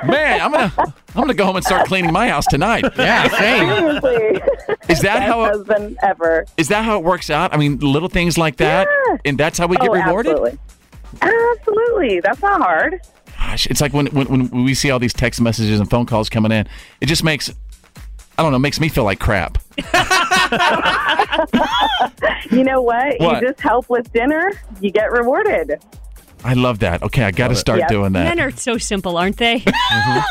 Man, I'm gonna I'm gonna go home and start cleaning my house tonight. Yeah,
Seriously.
Is that
Best
how it,
husband ever.
is that how it works out? I mean, little things like that, and that's how we get
Oh,
rewarded.
Absolutely. Absolutely. That's not hard.
Gosh, it's like when, when when we see all these text messages and phone calls coming in, it just makes I don't know, makes me feel like crap.
You know what?
What?
You just help with dinner, you get rewarded.
I love that. Okay, I got to start
Yep.
doing that. Mm-hmm.
Men are so simple, aren't they?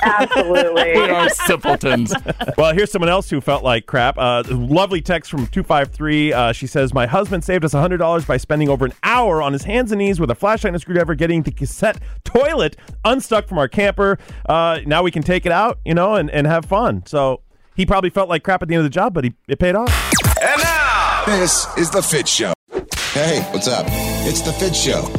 Absolutely.
We are simpletons.
well, here's someone else who felt like crap. Uh, lovely text from 253. Uh, she says, My husband saved us $100 by spending over an hour on his hands and knees with a flashlight and a screwdriver getting the cassette toilet unstuck from our camper. Uh, now we can take it out, you know, and, and have fun. So he probably felt like crap at the end of the job, but he, it paid off.
And now, this is The Fit Show. Hey, what's up? It's The Fit Show.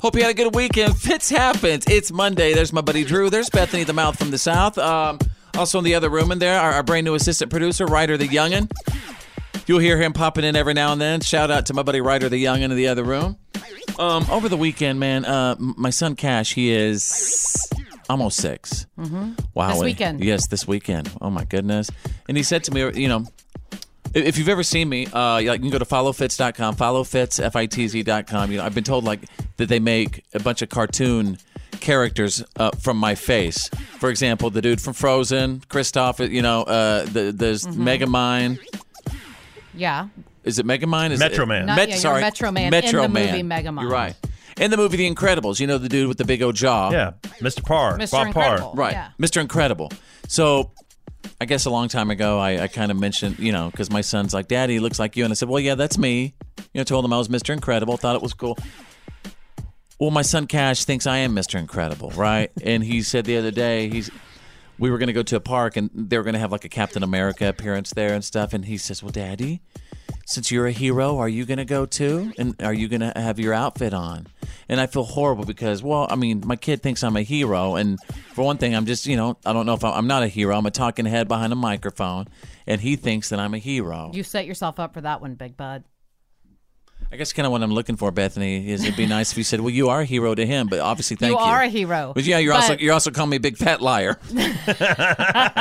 Hope you had a good weekend. Fits happens. It's Monday. There's my buddy Drew. There's Bethany the Mouth from the South. Um, also in the other room in there, our, our brand new assistant producer, Ryder the Youngin. You'll hear him popping in every now and then. Shout out to my buddy Ryder the Youngin in the other room. Um, over the weekend, man, uh, m- my son Cash, he is almost six.
Mm-hmm.
Wow.
This weekend.
Yes, this weekend. Oh my goodness. And he said to me, you know, if if you've ever seen me, uh, you like, you can go to followfits.com, followfits, F-I-T-Z.com. You know, I've been told like that they make a bunch of cartoon characters uh, from my face. For example, the dude from Frozen, Kristoff, you know, uh, the, there's
Mm-hmm.
Megamind.
Yeah.
Is it Megamind? Is
Metro
it,
Man.
Not- yeah, you're
sorry,
Metro Man in
Metro
the
Man.
movie Megamind.
You're right. In the movie The Incredibles, you know the dude with the big old jaw.
Yeah, Mr. Parr.
Mr.
Bob
Incredible.
Parr.
Right.
Yeah.
Mr. Incredible. So I guess a long time ago, I, I kind of mentioned, you know, because my son's like, Daddy, he looks like you. And I said, Well, yeah, that's me. You know, told him I was Mr. Incredible, thought it was cool. Well, my son Cash thinks I am Mr. Incredible, right? and he said the other day, he's. We were going to go to a park and they were going to have like a Captain America appearance there and stuff. And he says, Well, Daddy, since you're a hero, are you going to go too? And are you going to have your outfit on? And I feel horrible because, well, I mean, my kid thinks I'm a hero. And for one thing, I'm just, you know, I don't know if I'm, I'm not a hero. I'm a talking head behind a microphone. And he thinks that I'm a hero.
You set yourself up for that one, Big Bud.
I guess kind of what I'm looking for, Bethany, is it'd be nice if you said, well, you are a hero to him, but obviously, thank you.
you are a hero.
But yeah, you're
But,
also you're also calling me a big fat liar.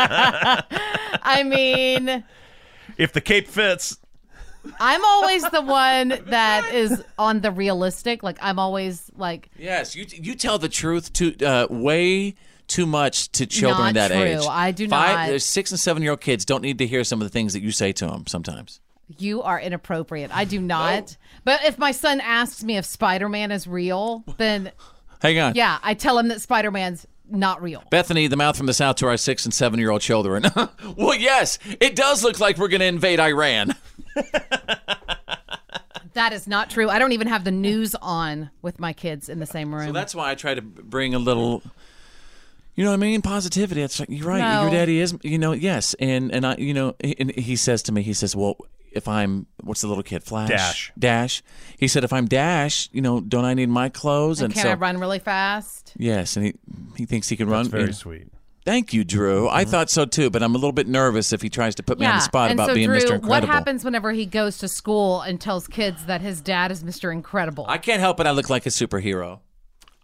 I mean,
If the cape fits.
I'm always the one that is on the realistic. Like I'm always like
Yes, you you tell the truth to uh, way too much to children
Not
that
true.
age.
I do
Five,
not.
there's Six and seven year old kids don't need to hear some of the things that you say to them sometimes.
you are inappropriate. I do not.
Oh.
But if my son asks me if Spider-Man is real, then
Hang on.
yeah, I tell him that Spider-Man's not real.
Bethany, the mouth from the south to our six and seven year old children. well, yes, it does look like we're going to invade Iran.
That is not true. I don't even have the news on with my kids in the same room.
So that's why I try to bring a little. You know what I mean? Positivity. It's like you're right.
No.
Your daddy is. You know, yes, and and I, you know, and he says to me, he says, "Well, if I'm what's the little kid? Flash,
Dash.
Dash." He said, "If I'm Dash, you know, don't I need my clothes?"
and
And,
can
so
I run really fast?
yes, and he he thinks he can run.
very
you
Mm-hmm.
know.
sweet.
Thank you, Drew. I thought so too, but I'm a little bit nervous if he tries to put me on the spot
and
about
so
being
Drew,
Mr. Incredible.
what happens whenever he goes to school and tells kids that his dad is Mr. Incredible?
I can't help it. I look like a superhero.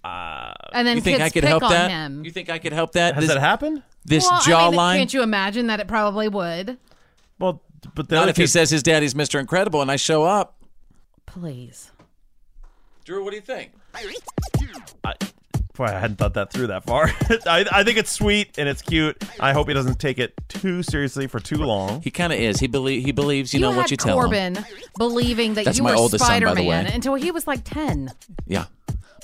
Uh,
And then
you think
kids
I could
pick
help
on
that?
him.
You think I could help that?
Has
This-
that happened?
This
well, I mean,
jawline.
can't you imagine that it probably would?
Well, but the
Not
other
if he
kid-
says his daddy's Mr. Incredible and I show up.
Please.
Drew, what do you think?
Boy, I hadn't thought that through that far. I, I think it's sweet and it's cute. I hope he doesn't take it too seriously for too long.
He kind of is. He believe he believes you, know
had
what you tell him.
Corbin believing that
That's
you
my
were
oldest son, by the
Spider-Man
way.
until he was like 10.
Yeah.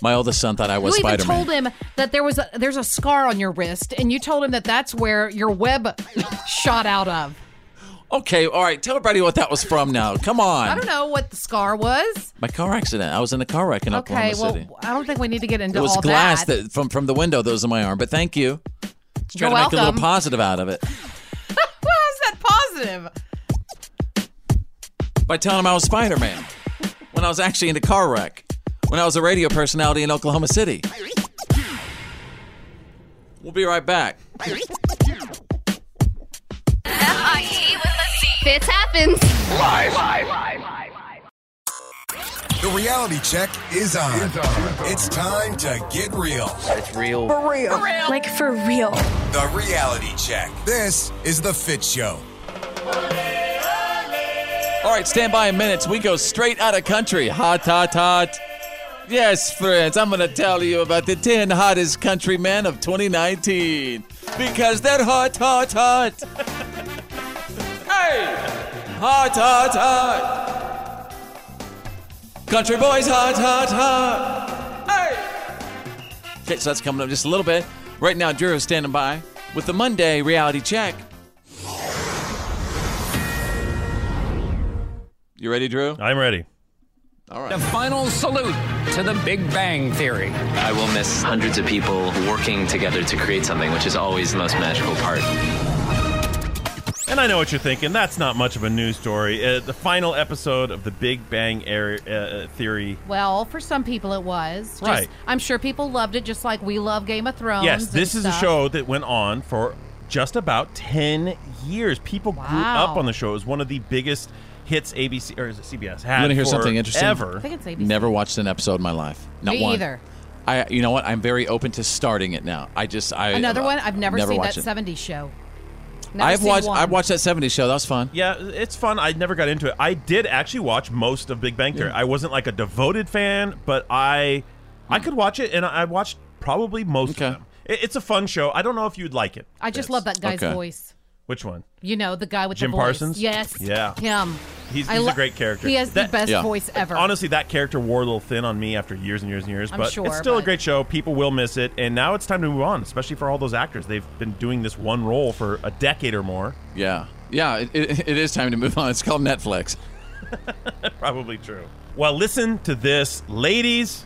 My oldest son thought I was
you
Spider
even
Man.
told him that there was a, there's a scar on your wrist and you told him that that's where your web shot out of.
Okay, all right. Tell everybody what that was from now. Come on.
I don't know what the scar was.
My car accident. I was in a car wreck in
Okay,
Oklahoma
well,
City.
I don't think we need to get into
It was
all
glass
that.
that. from from the window that was in my arm. But thank you. Just
You're
trying to make a
welcome.
little positive out of it
Why is that positive?
by telling him I was Spider Man when I was actually in a car wreck when I was a radio personality in Oklahoma City. We'll be right back.
Fits happens.
Live. The reality check is on. It's time to get real. It's real.
For real. Like for real.
The reality check. This is the Fit Show.
All right, stand by in minutes. We go straight out of country. Hot, hot, hot. Yes, friends, I'm going to tell you about the 10 hottest countrymen of 2019. Because they're hot, hot, hot. hey! Hot, hot, hot. Country boys, hot, hot, hot. Hey! Okay, so that's coming up just a little bit. Right now, Drew is standing by with the Monday reality check. You ready, Drew?
I'm ready.
All
The final salute to the Big Bang Theory.
I will miss hundreds of people working together to create something, which is always the most magical part.
And I know what you're thinking. That's not much of a news story. Uh, the final episode of The Big Bang Air, uh, uh, Theory.
Well, for some people it was. Just-
Right.
I'm sure people loved it just like we love Game of Thrones.
yes,
and
this is a
stuff.
show that went on for just about 10 years. People grew
Wow.
up on the show. It was one of the biggest hits ABC or is it CBS
You
had.
want to hear something
forever.
interesting?
it's ABC.
Never watched an episode in my life. Not
Me
one.
either.
I, you know what? I'm very open to starting it now. I just, I
Another one? I've never, seen that
watched it.
70s show. Never
I've
seen
watched,
one.
I've watched that '70s show. That was fun.
Yeah, it's fun. I never got into it. I did actually watch most of Big Bang Theory. I wasn't like a devoted fan, but I I could watch it, and I I watched probably most of them. It, it's a fun show. I don't know if you'd like it.
I just love that guy's
Okay.
voice.
Which one?
You know, the guy with
Jim
the voice.
Parsons?
Yes.
Yeah.
Him.
He's,
I
he's
lo-
a great character.
He has the best voice ever.
Honestly, that character wore a little thin on me after years and years and years,
I'm
but
sure,
it's still a
but-
great show. People will miss it, and now it's time to move on, especially for all those actors. They've been doing this one role for a decade or more.
Yeah, yeah. It, it, it is time to move on. It's called Netflix.
Probably true. Well, listen to this, ladies.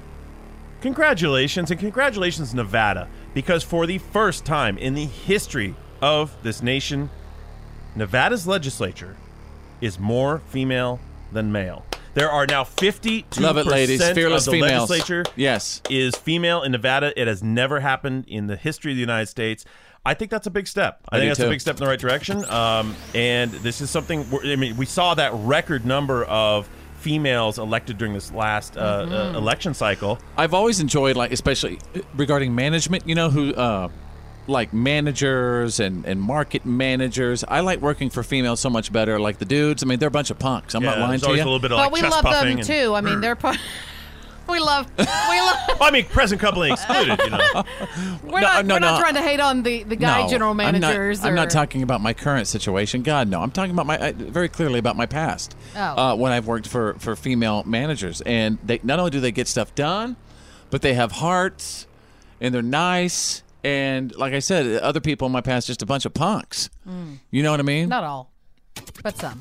Congratulations, and congratulations, Nevada, because for the first time in the history of this nation, Nevada's legislature is more female than male. There are now 52
Love it, ladies. Fearless
of the
females.
legislature
Yes.
is female in Nevada. It has never happened in the history of the United States. I think that's a big step. I,
I
think
do
that's
too.
a big step in the right direction. Um, and this is something. we're- I mean, we saw that record number of females elected during this last uh,
Mhm.
Mm-hmm.
uh, election cycle.
I've always enjoyed, like, especially regarding management. You know who, uh, like managers and and market managers. I like working for females so much better. Like the dudes. I mean, they're a bunch of punks. I'm not
Yeah,
lying
there's
to you.
always a little bit
but
of like
we
chest
love
puffing
them
and-
too. I mean, they're. pro- we love. We love.
I mean, present company excluded. You know,
We're
No,
not.
no,
we're not
no.
trying to hate on the the guy
No,
general
I'm not-
managers.
I'm not,
or-
talking about my current situation. God, no. I'm talking about my I, very clearly about my past.
Oh.
Uh, when I've worked for for female managers, and they not only do they get stuff done, but they have hearts, and they're nice. And like I said, other people in my past just a bunch of punks.
Mm.
You know what I mean?
Not all, but some.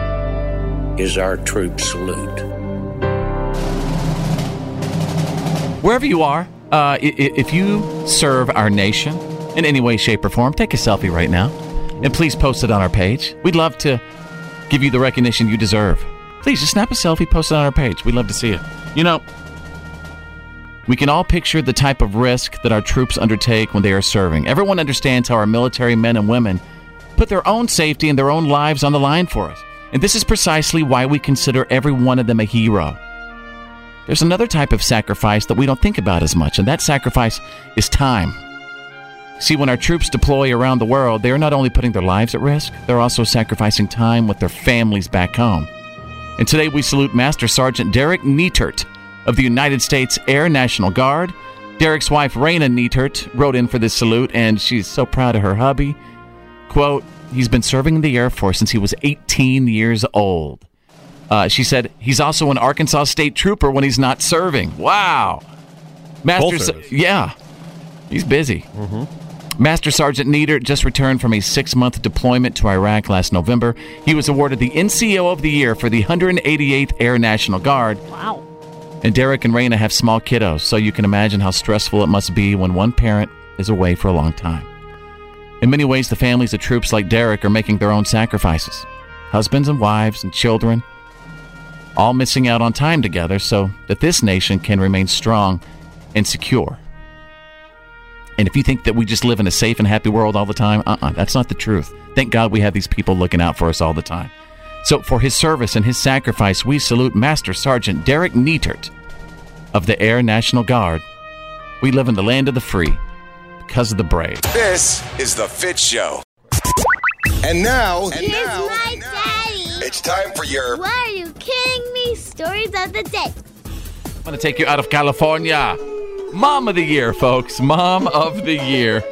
is our troop salute.
Wherever you are, uh, i- i- if you serve our nation in any way, shape, or form, take a selfie right now and please post it on our page. We'd love to give you the recognition you deserve. Please just snap a selfie, post it on our page. We'd love to see it. You know, we can all picture the type of risk that our troops undertake when they are serving. Everyone understands how our military men and women put their own safety and their own lives on the line for us. And this is precisely why we consider every one of them a hero. There's another type of sacrifice that we don't think about as much, and that sacrifice is time. See, when our troops deploy around the world, they are not only putting their lives at risk, they're also sacrificing time with their families back home. And today we salute Master Sergeant Derek Nietert,
of the United States Air National Guard. Derek's wife, Raina Neathert, wrote in for this salute, and she's so proud of her hubby. Quote, he's been serving in the Air Force since he was 18 years old. Uh, she said, he's also an Arkansas State Trooper when he's not serving. Wow. Master,
Full service.
Sa- yeah, he's busy. Master Sergeant Nieder just returned from a six month deployment to Iraq last November. He was awarded the NCO of the Year for the 188th Air National Guard. Wow. And Derek and Raina have small kiddos, so you can imagine how stressful it must be when one parent is away for a long time. In many ways, the families of troops like Derek are making their own sacrifices husbands and wives and children, all missing out on time together so that this nation can remain strong and secure. And if you think that we just live in a safe and happy world all the time, uh uh that's not the truth. Thank God we have these people looking out for us all the time. So, for his service and his sacrifice, we salute Master Sergeant Derek Nietert of the Air National Guard. We live in the land of the free because of the brave.
This is the Fit Show. And now, and
Here's
now
my daddy.
it's time for your
Why are you kidding me? Stories of the day.
I'm going to take you out of California. Mom of the year, folks. Mom of the year.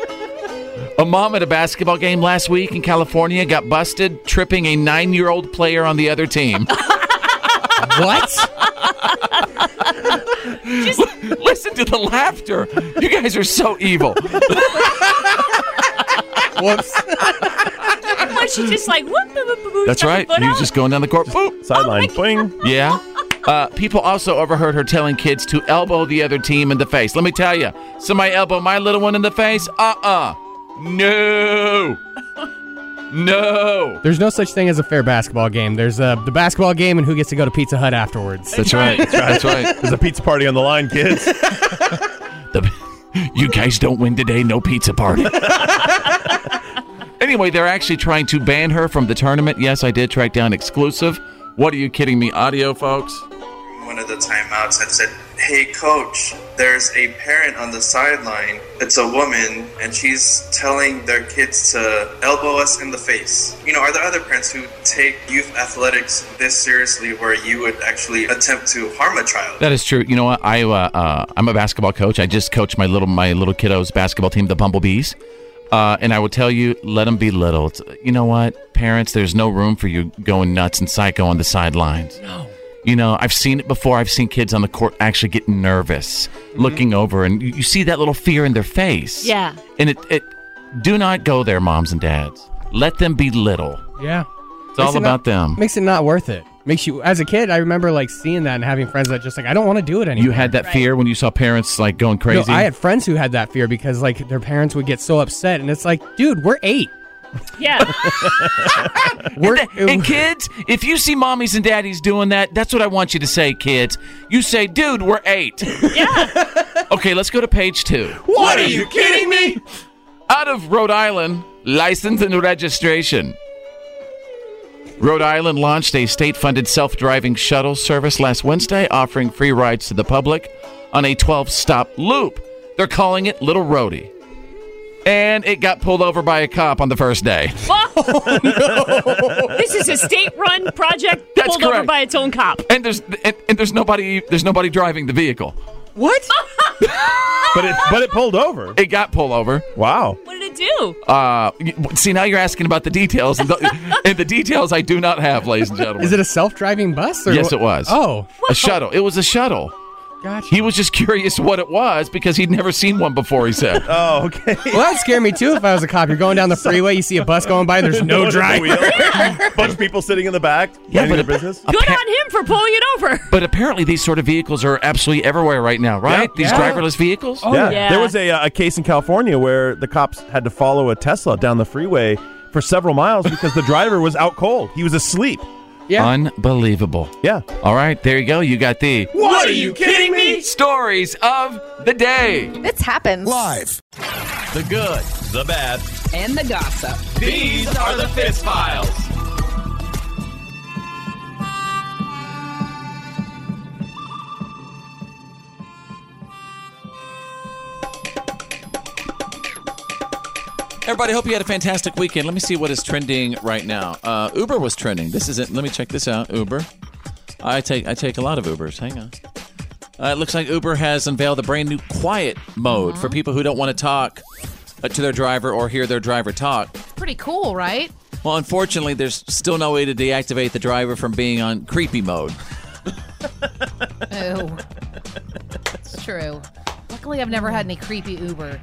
A mom at a basketball game last week in California got busted tripping a nine year old player on the other team. what? Just listen to the laughter. You guys are so evil. Whoops.
Was she just like whoop, boop, boop, boop, boop,
That's
stuck her
right.
foot
He was
out?
just going down the court. Boop. Sideline. Boing. Yeah. Uh, people also overheard her telling kids to elbow the other team in the face. Let me tell you, somebody elbow my little one in the face? Uh uh No. No.
There's no such thing as a fair basketball game. There's uh, the basketball game and who gets to go to Pizza Hut afterwards.
That's right. That's right.
There's a pizza party on the line, kids.
You guys don't win today. No pizza party. anyway, they're actually trying to ban her from the tournament. Yes, I did track down exclusive. What are you kidding me? Audio, folks.
One of the timeouts had said, Hey, coach, there's a parent on the sideline. It's a woman, and she's telling their kids to elbow us in the face. You know, are there other parents who take youth athletics this seriously where you would actually attempt to harm a child?
That is true. You know what? I uh, uh, I'm a basketball coach. I just coach my little my little kiddos basketball team, the Bumblebees. Uh, and I would tell you, let them be little. It's- you know what, parents? There's no room for you going nuts and psycho on the sidelines. No. You know, I've seen it before. I've seen kids on the court actually get nervous,
Mm-hmm.
looking over, and you, you see that little fear in their face.
Yeah.
And it, it, do not go there, moms and dads. Let them be little.
Yeah.
It's all
it not-
about them.
Makes it not worth it. Makes you, as a kid, I remember like seeing that and having friends that just like, I don't want to do it anymore.
You had that fear when you saw parents like going
No,
crazy.
I had friends who had that fear because like their parents would get so upset, and it's like, dude, we're eight.
Yeah.
and, the- and kids, if you see mommies and daddies doing that, that's what I want you to say, kids. You say, dude, we're eight. Yeah. okay, let's go to page two.
What are you kidding me?
Out of Rhode Island, license and registration. Rhode Island launched a state funded self driving shuttle service last Wednesday, offering free rides to the public on a 12 stop loop. They're calling it Little Roadie. And it got pulled over by a cop on the first day.
This is a state-run project
That's
pulled over
correct.
by its own cop.
and there's and, and there's nobody there's nobody driving the vehicle. What? but it but it pulled over. It got pulled over. Wow.
What did it do?
Uh, y- see now you're asking about the details, and the, and the details I do not have, ladies and gentlemen.
Is it a self-driving bus? Or
yes,
what-
it was.
Oh,
a shuttle. It was a shuttle.
Gotcha.
He was just curious what it was because he'd never seen one before. He said.
Oh, okay. Well, that'd scare me too if I was a cop. You're going down the freeway, you see a bus going by, and there's no driver.
Bunch of people sitting in the back.
Yeah,
minding
but
their
a-
business.
Good on him for pulling it over.
But apparently, these sort of vehicles are absolutely everywhere right now, right? These
Yeah.
driverless vehicles.
yeah. there was a, uh, a case in California where the cops had to follow a Tesla down the freeway for several miles because the driver was out cold. He was asleep.
Unbelievable.
Yeah.
All right, there you go. You got the
What are you kidding me?
Stories of the day.
This happens.
Live. The good, the bad.
And the gossip.
These are the Fitz Files.
Everybody, hope you had a fantastic weekend. Let me see what is trending right now. Uh, Uber was trending. This isn't. Let me check this out. Uber. I take I take a lot of Ubers. Hang on.
Uh, it looks like Uber has unveiled a brand new quiet mode
Uh-huh.
for people who don't want to talk uh, to their driver or hear their driver talk.
Pretty cool, right?
Well, unfortunately, there's still no way to deactivate the driver from being on creepy mode.
Oh, it's true. Luckily, I've never had any creepy Uber